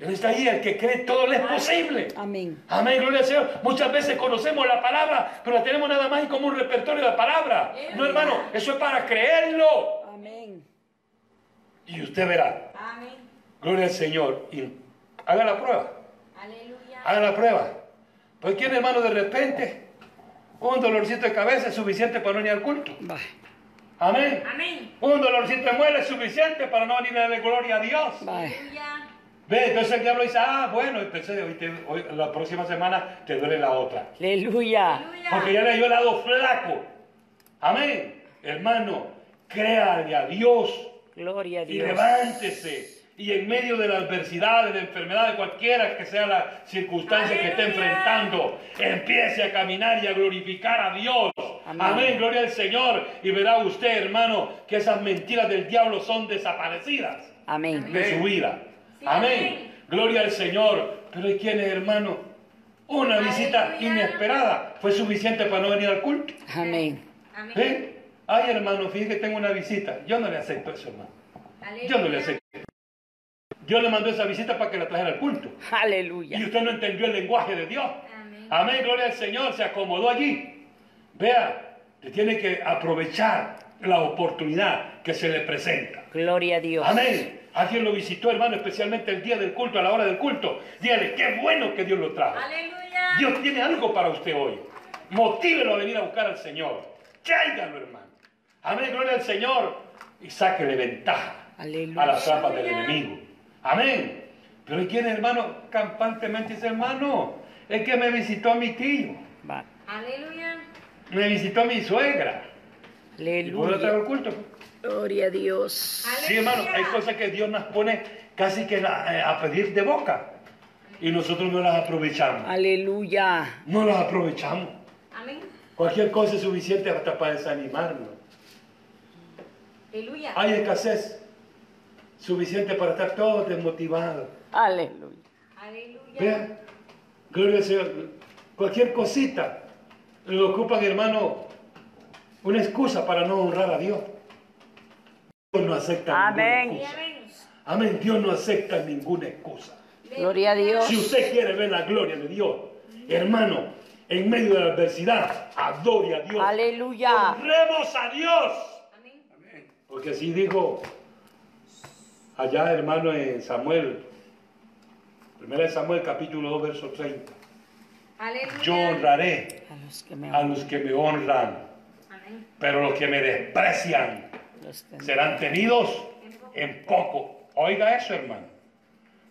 Speaker 2: Él está ahí, el que cree todo le es posible.
Speaker 3: Amén.
Speaker 2: Amén, gloria al Señor. Muchas veces conocemos la palabra, pero la tenemos nada más y como un repertorio de palabra. No, hermano, eso es para creerlo.
Speaker 3: Amén.
Speaker 2: Y usted verá,
Speaker 4: Amén.
Speaker 2: gloria al Señor. Y haga la prueba.
Speaker 4: Aleluya.
Speaker 2: Haga la prueba. Pues quién, hermano, de repente, un dolorcito de cabeza es suficiente para no ir al culto.
Speaker 3: Va.
Speaker 2: Amén.
Speaker 4: Amén.
Speaker 2: Un dolorcito de muela es suficiente para no venir a darle gloria a Dios.
Speaker 3: Va.
Speaker 4: Aleluya.
Speaker 2: Ve, entonces el diablo dice, ah, bueno, entonces hoy te- hoy- la próxima semana te duele la otra.
Speaker 3: Aleluya.
Speaker 2: Porque ya le dio el lado flaco. Amén. Hermano, créale a Dios
Speaker 3: Gloria a
Speaker 2: y
Speaker 3: Dios.
Speaker 2: levántese. Y en medio de la adversidad, de la enfermedad, de cualquiera que sea la circunstancia que esté
Speaker 4: ¡Aleluya!
Speaker 2: enfrentando, empiece a caminar y a glorificar a Dios. Amén.
Speaker 3: Amén.
Speaker 2: gloria al Señor. Y verá usted, hermano, que esas mentiras del diablo son desaparecidas
Speaker 3: Amén.
Speaker 2: de su vida.
Speaker 4: Sí,
Speaker 2: Amén.
Speaker 4: amén.
Speaker 2: Gloria al Señor. Pero hay quienes, hermano, una visita
Speaker 4: Aleluya.
Speaker 2: inesperada fue suficiente para no venir al culto.
Speaker 3: Amén.
Speaker 4: Amén.
Speaker 2: ¿Eh? Ay, hermano, fíjese que tengo una visita. Yo no le acepto eso, hermano.
Speaker 4: Aleluya.
Speaker 2: Yo no le acepto. Yo le mandé esa visita para que la trajera al culto. Y
Speaker 3: Aleluya.
Speaker 2: usted no entendió el lenguaje de Dios.
Speaker 4: Amén.
Speaker 2: Amén, gloria al Señor, se acomodó allí. Vea, usted tiene que aprovechar la oportunidad que se le presenta.
Speaker 3: Gloria a Dios.
Speaker 2: Amén. Alguien lo visitó, hermano, especialmente el día del culto, a la hora del culto. Dígale, qué bueno que Dios lo trajo.
Speaker 4: Aleluya.
Speaker 2: Dios tiene algo para usted hoy. Motívelo a venir a buscar al Señor. Tráigalo, hermano. Amén, gloria al Señor. Y sáquele ventaja
Speaker 3: Aleluya.
Speaker 2: a las trampas del enemigo. Amén. Pero hay quienes, hermano, campantemente dice, hermano, es que me visitó mi tío,
Speaker 3: Va.
Speaker 4: Aleluya.
Speaker 2: me visitó mi suegra. Y luego lo traigo
Speaker 3: Aleluya.
Speaker 2: al culto.
Speaker 3: Gloria a Dios.
Speaker 2: Sí, hermano, hay cosas que Dios nos pone casi que la- eh, a pedir de boca y nosotros no las aprovechamos.
Speaker 3: Aleluya.
Speaker 2: No las aprovechamos.
Speaker 4: Amén.
Speaker 2: Cualquier cosa es suficiente hasta para desanimarnos.
Speaker 4: Aleluya.
Speaker 2: Hay escasez suficiente para estar todos desmotivados.
Speaker 3: Aleluya.
Speaker 4: Aleluya.
Speaker 2: Vean, gloria al Señor. Cualquier cosita lo ocupan, hermano, una excusa para no honrar a Dios. Dios no acepta
Speaker 3: Amén.
Speaker 2: ninguna
Speaker 4: Sí,
Speaker 2: excusa.
Speaker 4: amén.
Speaker 2: Amén. Dios no acepta ninguna excusa.
Speaker 3: Gloria a Dios.
Speaker 2: Si usted quiere ver la gloria de Dios, hermano, en medio de la adversidad, adore a Dios.
Speaker 3: Aleluya.
Speaker 2: Honremos a Dios.
Speaker 4: Amén.
Speaker 2: Porque así dijo allá, hermano, en Samuel. Primera de Samuel, capítulo 2, verso 30.
Speaker 4: Aleluya.
Speaker 2: Yo honraré
Speaker 3: A los que me
Speaker 2: a los que me honran,
Speaker 4: Amén.
Speaker 2: pero los que me desprecian
Speaker 3: los que me-
Speaker 2: serán tenidos en poco. Oiga eso, hermano.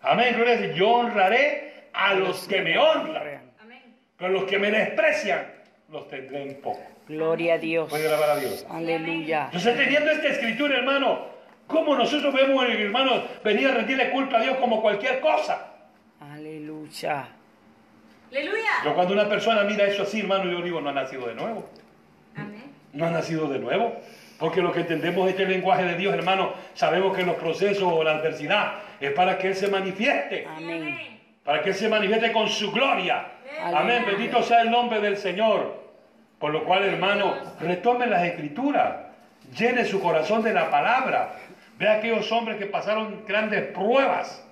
Speaker 2: Amén. gloria a Dios. Yo honraré a los que me honran,
Speaker 4: Amén.
Speaker 2: pero los que me desprecian los tendré en poco.
Speaker 3: Gloria a Dios.
Speaker 2: Puede alabar a Dios.
Speaker 3: Aleluya.
Speaker 2: Entonces, teniendo esta escritura, hermano, ¿cómo nosotros vemos, hermano, venir a rendirle culpa a Dios como cualquier cosa?
Speaker 3: Aleluya.
Speaker 4: Aleluya.
Speaker 2: Yo cuando una persona mira eso así, hermano, yo digo, no ha nacido de nuevo.
Speaker 4: Amén.
Speaker 2: No ha nacido de nuevo. Porque lo que entendemos este lenguaje de Dios, hermano, sabemos que los procesos o la adversidad es para que Él se manifieste.
Speaker 3: Amén.
Speaker 2: para que Él se manifieste con su gloria.
Speaker 3: Aleluya.
Speaker 2: Amén, bendito sea el nombre del Señor. Por lo cual, hermano, retome las escrituras, llene su corazón de la palabra. Ve a aquellos hombres que pasaron grandes pruebas,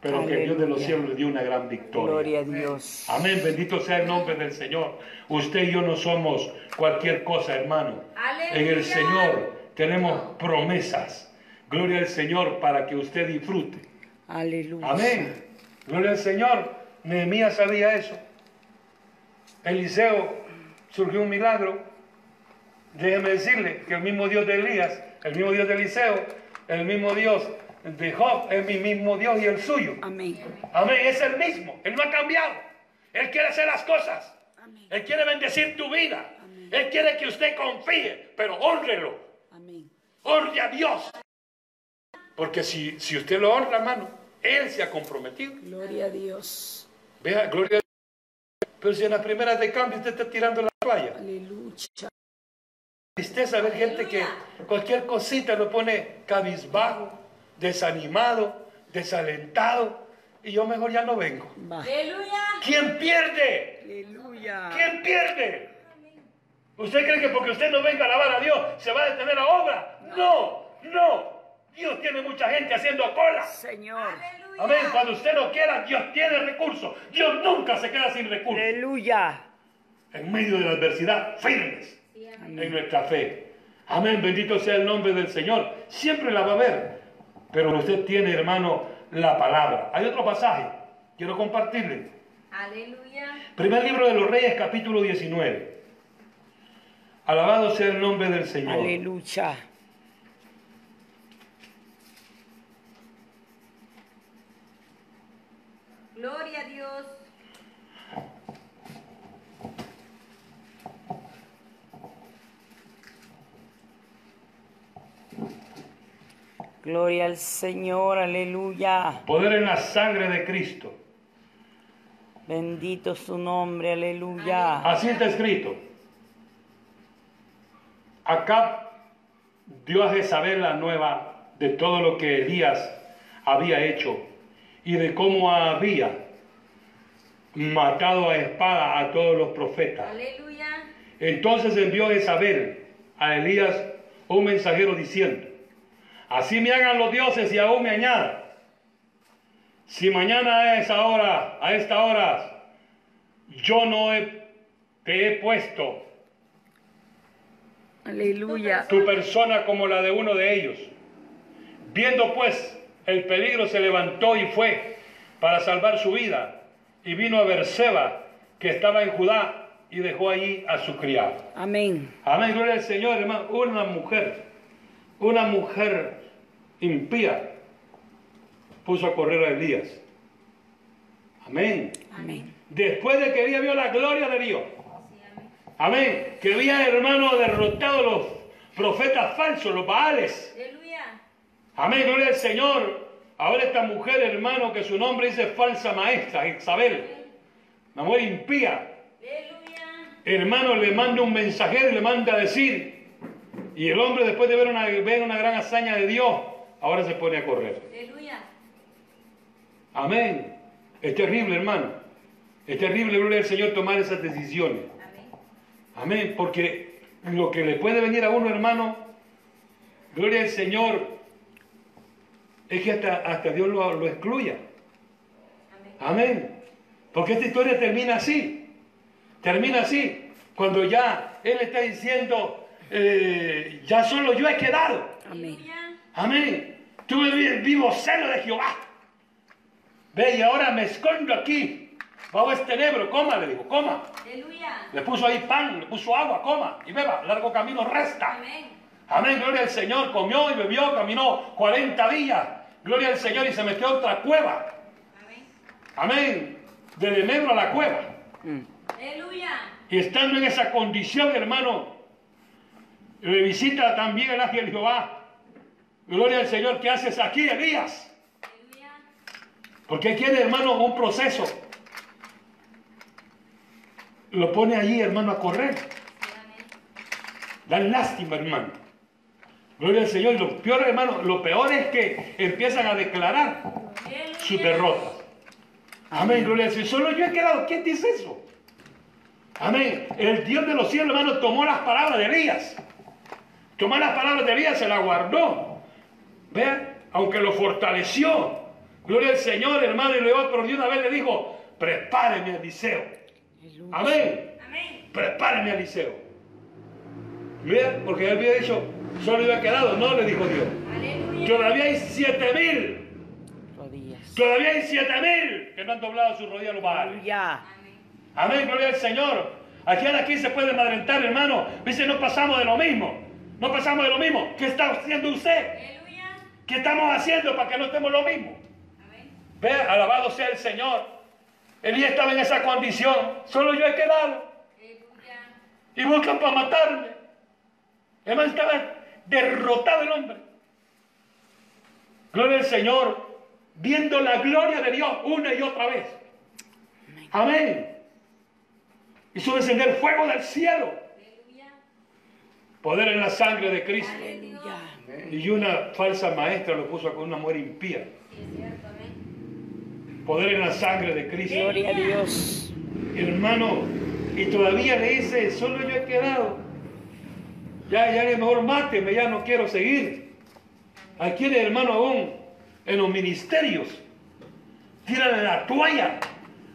Speaker 2: pero que Dios de los
Speaker 3: Aleluya.
Speaker 2: cielos les dio una gran victoria.
Speaker 3: Gloria a Dios.
Speaker 2: Amén, bendito sea el nombre del Señor. Usted y yo no somos cualquier cosa, hermano.
Speaker 4: Aleluya.
Speaker 2: En el Señor tenemos promesas. Gloria al Señor para que usted disfrute.
Speaker 3: Aleluya.
Speaker 2: Amén. Gloria al Señor. Nehemías sabía eso. Eliseo surgió un milagro. Déjeme decirle que el mismo Dios de Elías, el mismo Dios de Eliseo, el mismo Dios de Job es mi mismo Dios y el suyo.
Speaker 3: Amén.
Speaker 2: Amén. Es el mismo. Él no ha cambiado. Él quiere hacer las cosas. Él quiere bendecir tu vida. Él quiere que usted confíe, pero honrelo.
Speaker 3: Amén.
Speaker 2: Honre a Dios. Porque si, si usted lo honra, hermano, Él se ha comprometido.
Speaker 3: Gloria a Dios.
Speaker 2: Vea, gloria a Dios. Pero si en las primeras de cambio usted está tirando la toalla.
Speaker 3: Aleluya.
Speaker 2: Tristeza ver gente que cualquier cosita lo pone cabizbajo, desanimado, desalentado. Y yo mejor ya no vengo.
Speaker 3: Va.
Speaker 4: Aleluya.
Speaker 2: ¿Quién pierde?
Speaker 3: Aleluya.
Speaker 2: ¿Quién pierde? ¿Usted cree que porque usted no venga a alabar a Dios se va a detener la obra? No, no. Dios tiene mucha gente haciendo cola.
Speaker 3: Señor.
Speaker 2: Amén. Cuando usted lo quiera, Dios tiene recursos. Dios nunca se queda sin recursos.
Speaker 3: Aleluya.
Speaker 2: En medio de la adversidad, firmes
Speaker 4: Sí, amén.
Speaker 2: en nuestra fe. Amén, bendito sea el nombre del Señor. Siempre la va a ver. Pero usted tiene, hermano, la palabra. Hay otro pasaje. Quiero compartirle.
Speaker 4: Aleluya.
Speaker 2: Primer libro de los Reyes, capítulo 19. Alabado sea el nombre del Señor.
Speaker 3: Aleluya.
Speaker 4: Gloria a Dios.
Speaker 3: Gloria al Señor. Aleluya.
Speaker 2: Poder en la sangre de Cristo.
Speaker 3: Bendito su nombre. Aleluya.
Speaker 2: Así está escrito. Acá dio a Jezabel la nueva de todo lo que Elías había hecho y de cómo había matado a espada a todos los profetas.
Speaker 4: Aleluya.
Speaker 2: Entonces envió Jezabel a Elías un mensajero diciendo, así me hagan los dioses y aún me añadan. Si mañana a esa hora, a esta hora, yo no he- te he puesto
Speaker 3: Aleluya.
Speaker 2: tu persona como la de uno de ellos. Viendo pues el peligro se levantó y fue para salvar su vida y vino a Berseba que estaba en Judá y dejó allí a su criado.
Speaker 3: Amén.
Speaker 2: Amén, gloria al Señor, hermano. Una mujer, una mujer impía, puso a correr a Elías. Amén.
Speaker 3: Amén.
Speaker 2: Después de que Elías vio la gloria de Dios. Amén. Que había, hermano, derrotado los profetas falsos, los baales.
Speaker 4: Aleluya.
Speaker 2: Amén, gloria al Señor. Ahora esta mujer, hermano, que su nombre dice falsa maestra, Isabel. Una mujer impía,
Speaker 4: Aleluya.
Speaker 2: hermano, le manda un mensajero y le manda a decir. Y el hombre, después de ver una, ver una gran hazaña de Dios, ahora se pone a correr.
Speaker 4: Aleluya.
Speaker 2: Amén. Es terrible, hermano. Es terrible, gloria al Señor, tomar esas decisiones.
Speaker 4: Amén.
Speaker 2: Amén. Porque lo que le puede venir a uno, hermano, gloria al Señor, es que hasta, hasta Dios lo, lo excluya.
Speaker 4: Amén.
Speaker 2: Amén. Porque esta historia termina así. Termina así, cuando ya Él está diciendo, eh, ya solo yo he quedado.
Speaker 3: Amén.
Speaker 2: Amén. Tuve vi- vivo celo de Jehová. Ve, y ahora me escondo aquí. Bajo este negro, coma, le dijo, coma.
Speaker 4: Aleluya.
Speaker 2: Le puso ahí pan, le puso agua, coma y beba. Largo camino resta.
Speaker 4: Amén.
Speaker 2: Amén, gloria al Señor. Comió y bebió, caminó 40 días. Gloria al Señor y se metió a otra cueva.
Speaker 4: Amén.
Speaker 2: Amén. Desde negro a la cueva.
Speaker 4: Aleluya.
Speaker 2: Y estando en esa condición, hermano, le visita también el ángel Jehová. Gloria al Señor, ¿qué haces aquí, Elías?
Speaker 4: Aleluya.
Speaker 2: Porque quiere, hermano, un proceso. Lo pone allí, hermano, a correr. Dan lástima, hermano. Gloria al Señor. Y Lo peor, hermano, lo peor es que empiezan a declarar
Speaker 4: Aleluya.
Speaker 2: sus derrotas. Amén, gloria al Señor. Solo yo he quedado. ¿Quién dice eso? Amén. El Dios de los cielos, hermano, tomó las palabras de Elías. Tomó las palabras de Elías, se las guardó. Vean, aunque lo fortaleció. Gloria al Señor, hermano, y luego por de una vez le dijo, prepáreme a Eliseo. Amén
Speaker 4: Amén.
Speaker 2: prepárame a Eliseo. Mira, porque él había dicho, solo yo he quedado. No, le dijo Dios.
Speaker 4: Aleluya.
Speaker 2: Todavía hay siete mil.
Speaker 3: Rodillas.
Speaker 2: Todavía hay siete mil que no han doblado sus rodillas a los baales.
Speaker 3: Aleluya.
Speaker 4: Amén.
Speaker 2: Amén, gloria al Señor. Aquí a aquí se puede madrentar, hermano. Dice, no pasamos de lo mismo. No pasamos de lo mismo. ¿Qué está haciendo usted?
Speaker 4: Aleluya.
Speaker 2: ¿Qué estamos haciendo para que no estemos lo mismo?
Speaker 4: Amén.
Speaker 2: Ve, alabado sea el Señor. Elías estaba en esa condición. Solo yo he quedado.
Speaker 4: Aleluya.
Speaker 2: y buscan para matarme. Además estaba derrotado el hombre. Gloria al Señor, viendo la gloria de Dios una y otra vez. Amén. Hizo descender fuego del cielo,
Speaker 4: Aleluya.
Speaker 2: poder en la sangre de Cristo.
Speaker 3: Aleluya.
Speaker 2: Y una falsa maestra lo puso con una mujer impía.
Speaker 4: Sí, es cierto. Amén.
Speaker 2: Poder en la sangre de Cristo.
Speaker 3: Gloria a Dios.
Speaker 2: Hermano, y todavía le dice, solo yo he quedado. Ya, ya, ya, mejor máteme, ya no quiero seguir. Aquí el hermano aún en los ministerios tiran la toalla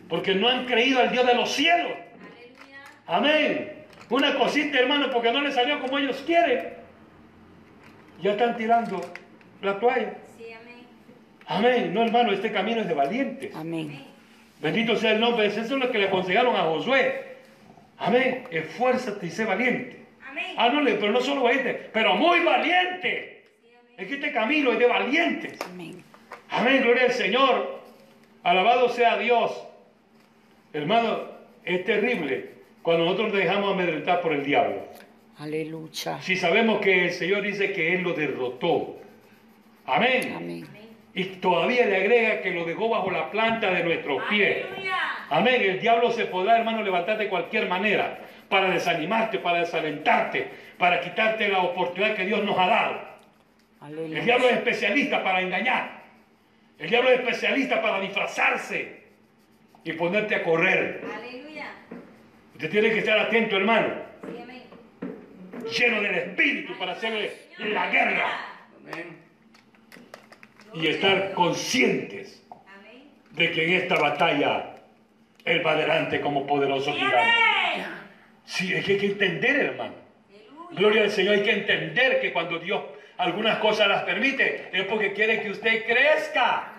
Speaker 2: porque no han creído al Dios de los cielos.
Speaker 4: Aleluya.
Speaker 2: Amén. Una cosita, hermano, porque no le salió como ellos quieren. Ya están tirando la toalla.
Speaker 4: Sí, amén.
Speaker 2: Amén. No, hermano, este camino es de valientes.
Speaker 3: Amén.
Speaker 2: Bendito sea el nombre de Jesús. Eso es lo que le aconsejaron a Josué. Amén. Esfuérzate y sé valiente.
Speaker 4: Amén.
Speaker 2: Ah, no, le- pero no solo valiente, pero muy valiente. Es que este camino es de valientes.
Speaker 3: Amén.
Speaker 2: Amén, gloria al Señor. Alabado sea Dios. Hermano, es terrible cuando nosotros nos dejamos amedrentar por el diablo.
Speaker 3: Aleluya.
Speaker 2: Si sabemos que el Señor dice que Él lo derrotó. Amén.
Speaker 3: Amén.
Speaker 2: Y todavía le agrega que lo dejó bajo la planta de nuestros pies.
Speaker 4: Aleluya.
Speaker 2: Amén. El diablo se podrá, hermano, levantar de cualquier manera para desanimarte, para desalentarte, para quitarte la oportunidad que Dios nos ha dado. El
Speaker 3: Aleluya.
Speaker 2: diablo es especialista para engañar. El diablo es especialista para disfrazarse y ponerte a correr.
Speaker 4: Aleluya.
Speaker 2: Usted tiene que estar atento, hermano,
Speaker 4: Sí, amén.
Speaker 2: lleno del espíritu para hacerle la guerra y estar conscientes
Speaker 4: Amén.
Speaker 2: de que en esta batalla él va adelante como poderoso gigante.
Speaker 4: Amén.
Speaker 2: Sí, es que hay que entender, hermano.
Speaker 4: Aleluya.
Speaker 2: Gloria al Señor, hay que entender que cuando Dios algunas cosas las permite, es porque quiere que usted crezca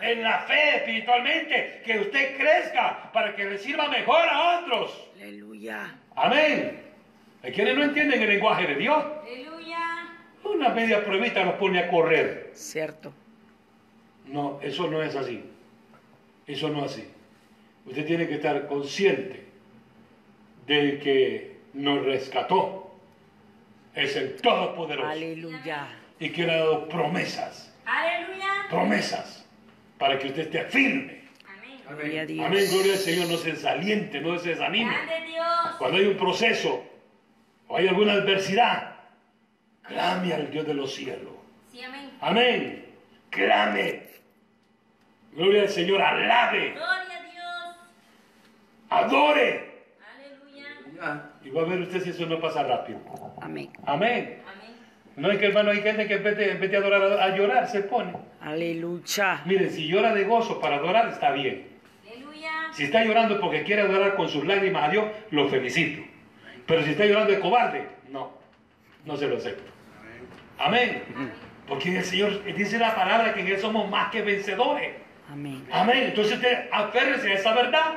Speaker 2: en la fe espiritualmente, que usted crezca para que le sirva mejor a otros.
Speaker 3: Aleluya.
Speaker 2: Amén. Hay quienes no entienden el lenguaje de Dios.
Speaker 4: Aleluya.
Speaker 2: Una media pruebita los pone a correr.
Speaker 3: Cierto.
Speaker 2: No, eso no es así. Eso no es así. Usted tiene que estar consciente del que nos rescató. Es el Todopoderoso.
Speaker 3: Aleluya.
Speaker 2: y que le ha dado promesas,
Speaker 4: Aleluya.
Speaker 2: promesas, para que usted esté firme.
Speaker 4: Amén.
Speaker 3: Gloria a Dios.
Speaker 2: Amén, gloria al Señor, no se desaliente, no se desanime.
Speaker 4: Grande Dios.
Speaker 2: Cuando hay un proceso o hay alguna adversidad, clame al Dios de los cielos.
Speaker 4: Sí, amén.
Speaker 2: Amén, clame. Gloria al Señor, alabe,
Speaker 4: Gloria a Dios.
Speaker 2: adore.
Speaker 4: Aleluya.
Speaker 2: Y va a ver usted si eso no pasa rápido.
Speaker 3: Amén.
Speaker 2: Amén.
Speaker 4: Amén.
Speaker 2: No es que hermano, hay gente que en vez de, en vez de adorar, a llorar se pone.
Speaker 3: Aleluya.
Speaker 2: Miren, si llora de gozo para adorar, está bien.
Speaker 4: Aleluya.
Speaker 2: Si está llorando porque quiere adorar con sus lágrimas a Dios, lo felicito. Pero si está llorando de cobarde, no, no se lo acepto. Amén. Porque el Señor dice la palabra que en Él somos más que vencedores.
Speaker 3: Amén.
Speaker 2: Amén. Entonces usted aférrese a esa verdad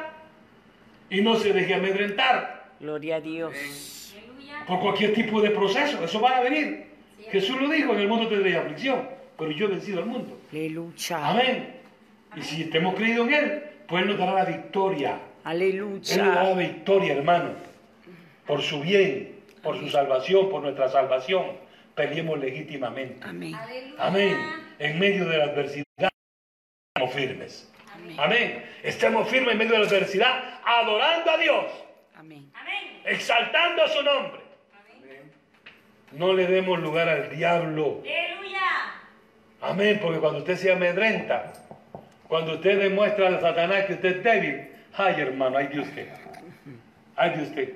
Speaker 2: y no se deje amedrentar
Speaker 3: Gloria a Dios.
Speaker 4: Aleluya.
Speaker 2: por cualquier tipo de proceso. Eso va a venir. Jesús lo dijo, en el mundo tendréis aflicción, pero yo he vencido al mundo.
Speaker 3: Aleluya.
Speaker 2: Amén. Y si te hemos creído en Él, pues Él nos dará la victoria. Él nos dará la
Speaker 3: Aleluya.
Speaker 2: victoria, hermano. Por su bien, por su salvación, por nuestra salvación. Peleemos legítimamente.
Speaker 3: Amén.
Speaker 4: Aleluya.
Speaker 2: Amén. En medio de la adversidad, estemos firmes. Amén. Estemos firmes en medio de la adversidad, adorando a Dios,
Speaker 3: Amén.
Speaker 4: Amén.
Speaker 2: exaltando su nombre. No le demos lugar al diablo.
Speaker 4: Aleluya.
Speaker 2: Amén, porque cuando usted se amedrenta, cuando usted demuestra a Satanás que usted es débil, ay hermano, ay de usted, ay de usted.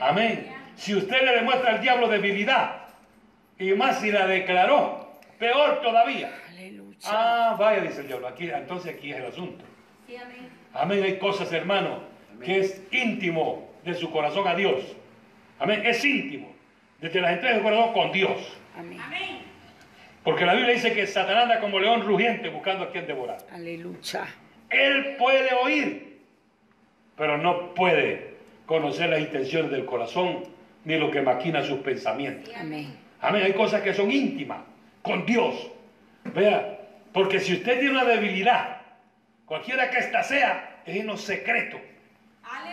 Speaker 2: Amén. Si usted le demuestra al diablo debilidad, y más si la declaró, peor todavía.
Speaker 3: Aleluya.
Speaker 2: Ah, vaya, dice el diablo, aquí, entonces aquí es el asunto.
Speaker 4: Sí, amén.
Speaker 2: Amén, hay cosas, hermano, que es íntimo de su corazón a Dios. Amén, es íntimo, desde las entregas del corazón con Dios.
Speaker 3: Amén.
Speaker 4: Amén.
Speaker 2: Porque la Biblia dice que Satanás anda como león rugiente buscando a quien devorar.
Speaker 3: Aleluya.
Speaker 2: Él puede oír, pero no puede conocer las intenciones del corazón ni lo que maquina sus pensamientos.
Speaker 3: Amén.
Speaker 2: Amén, hay cosas que son íntimas con Dios. Vea, porque si usted tiene una debilidad, cualquiera que ésta sea, es en lo secreto.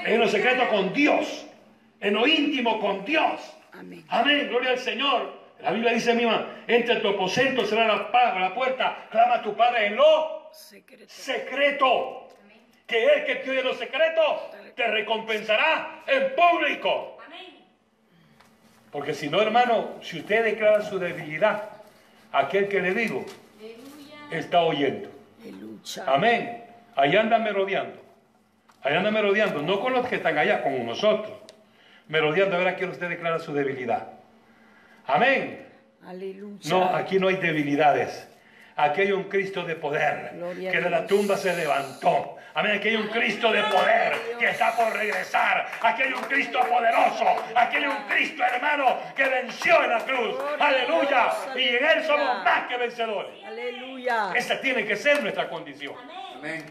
Speaker 2: Es en lo secreto con Dios, en lo íntimo con Dios.
Speaker 3: Amén.
Speaker 2: Amén, gloria al Señor. La Biblia dice, misma, entre tu aposento será la, pa- la puerta, clama a tu Padre en lo
Speaker 3: Secreto.
Speaker 2: secreto. Que el que te oye en lo secreto te recompensará en público.
Speaker 4: Amén.
Speaker 2: Porque si no, hermano, si usted declara su debilidad, aquel que le digo
Speaker 4: Aleluya.
Speaker 2: está oyendo.
Speaker 3: Aleluya.
Speaker 2: Amén. Allá andan merodeando. Allá andan merodeando. No con los que están allá, con nosotros. Merodeando. Ahora quiero usted declara su debilidad. Amén.
Speaker 3: Aleluya.
Speaker 2: No, aquí no hay debilidades. Aquí hay un Cristo de poder
Speaker 3: Gloria a
Speaker 2: que de la
Speaker 3: Dios.
Speaker 2: tumba se levantó. Amén. Aquí hay un Cristo de poder que está por regresar. Aquí hay un Cristo poderoso. Aquí hay un Cristo, hermano, que venció en la cruz.
Speaker 3: Gloria a
Speaker 2: Aleluya.
Speaker 3: Dios,
Speaker 2: Y en Él somos
Speaker 3: aleluya.
Speaker 2: más que vencedores.
Speaker 3: Aleluya.
Speaker 2: Esa tiene que ser nuestra condición.
Speaker 5: Amén.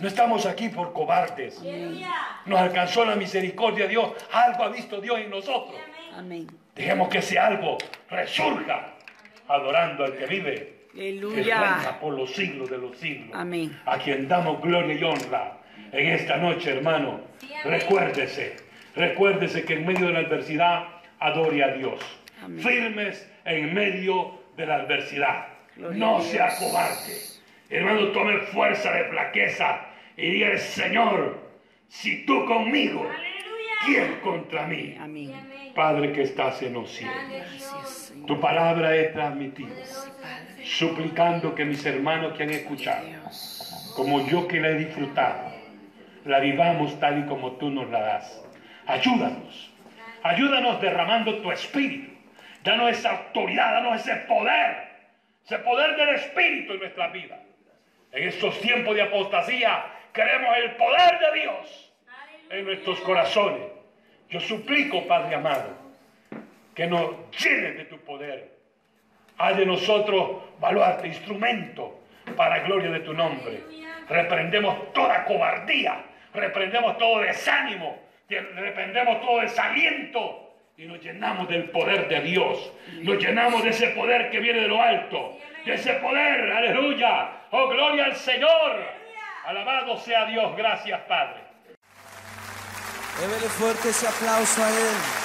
Speaker 2: No estamos aquí por cobardes.
Speaker 4: Aleluya.
Speaker 2: Nos alcanzó la misericordia de Dios. Algo ha visto Dios en nosotros.
Speaker 3: Amén.
Speaker 2: Dejemos que ese algo resurja adorando al que vive. que reina
Speaker 3: Aleluya.
Speaker 2: por los siglos de los siglos.
Speaker 3: Amén.
Speaker 2: A quien damos gloria y honra en esta noche, hermano.
Speaker 4: Sí, amén.
Speaker 2: Recuérdese, recuérdese que en medio de la adversidad adore a Dios.
Speaker 3: Amén.
Speaker 2: Firmes en medio de la adversidad.
Speaker 3: Gloria a
Speaker 2: no
Speaker 3: Dios.
Speaker 2: sea cobarde. Hermano, tome fuerza de flaqueza y diga, Señor, si tú conmigo,
Speaker 4: Aleluya.
Speaker 2: ¿quién contra mí?
Speaker 4: Sí,
Speaker 3: Amén.
Speaker 4: amén.
Speaker 2: Padre que estás en los cielos,
Speaker 4: Grande Dios.
Speaker 2: tu palabra he transmitido
Speaker 4: Poderoso es el Señor.
Speaker 2: suplicando que mis hermanos que han escuchado, como yo que la he disfrutado, la vivamos tal y como tú nos la das. Ayúdanos, ayúdanos derramando tu espíritu, danos esa autoridad, danos ese poder, ese poder del espíritu en nuestra vida. En estos tiempos de apostasía queremos el poder de Dios en nuestros corazones. Yo suplico, Padre amado, que nos llenes de tu poder. Haz de nosotros baluarte, instrumento para la gloria de tu nombre. Reprendemos toda cobardía, reprendemos todo desánimo, de- reprendemos todo desaliento y nos llenamos del poder de Dios. Nos llenamos de ese poder que viene de lo alto, de ese poder, aleluya. Oh, gloria al Señor. Alabado sea Dios, gracias Padre.
Speaker 6: Débele fuerte ese aplauso a Él.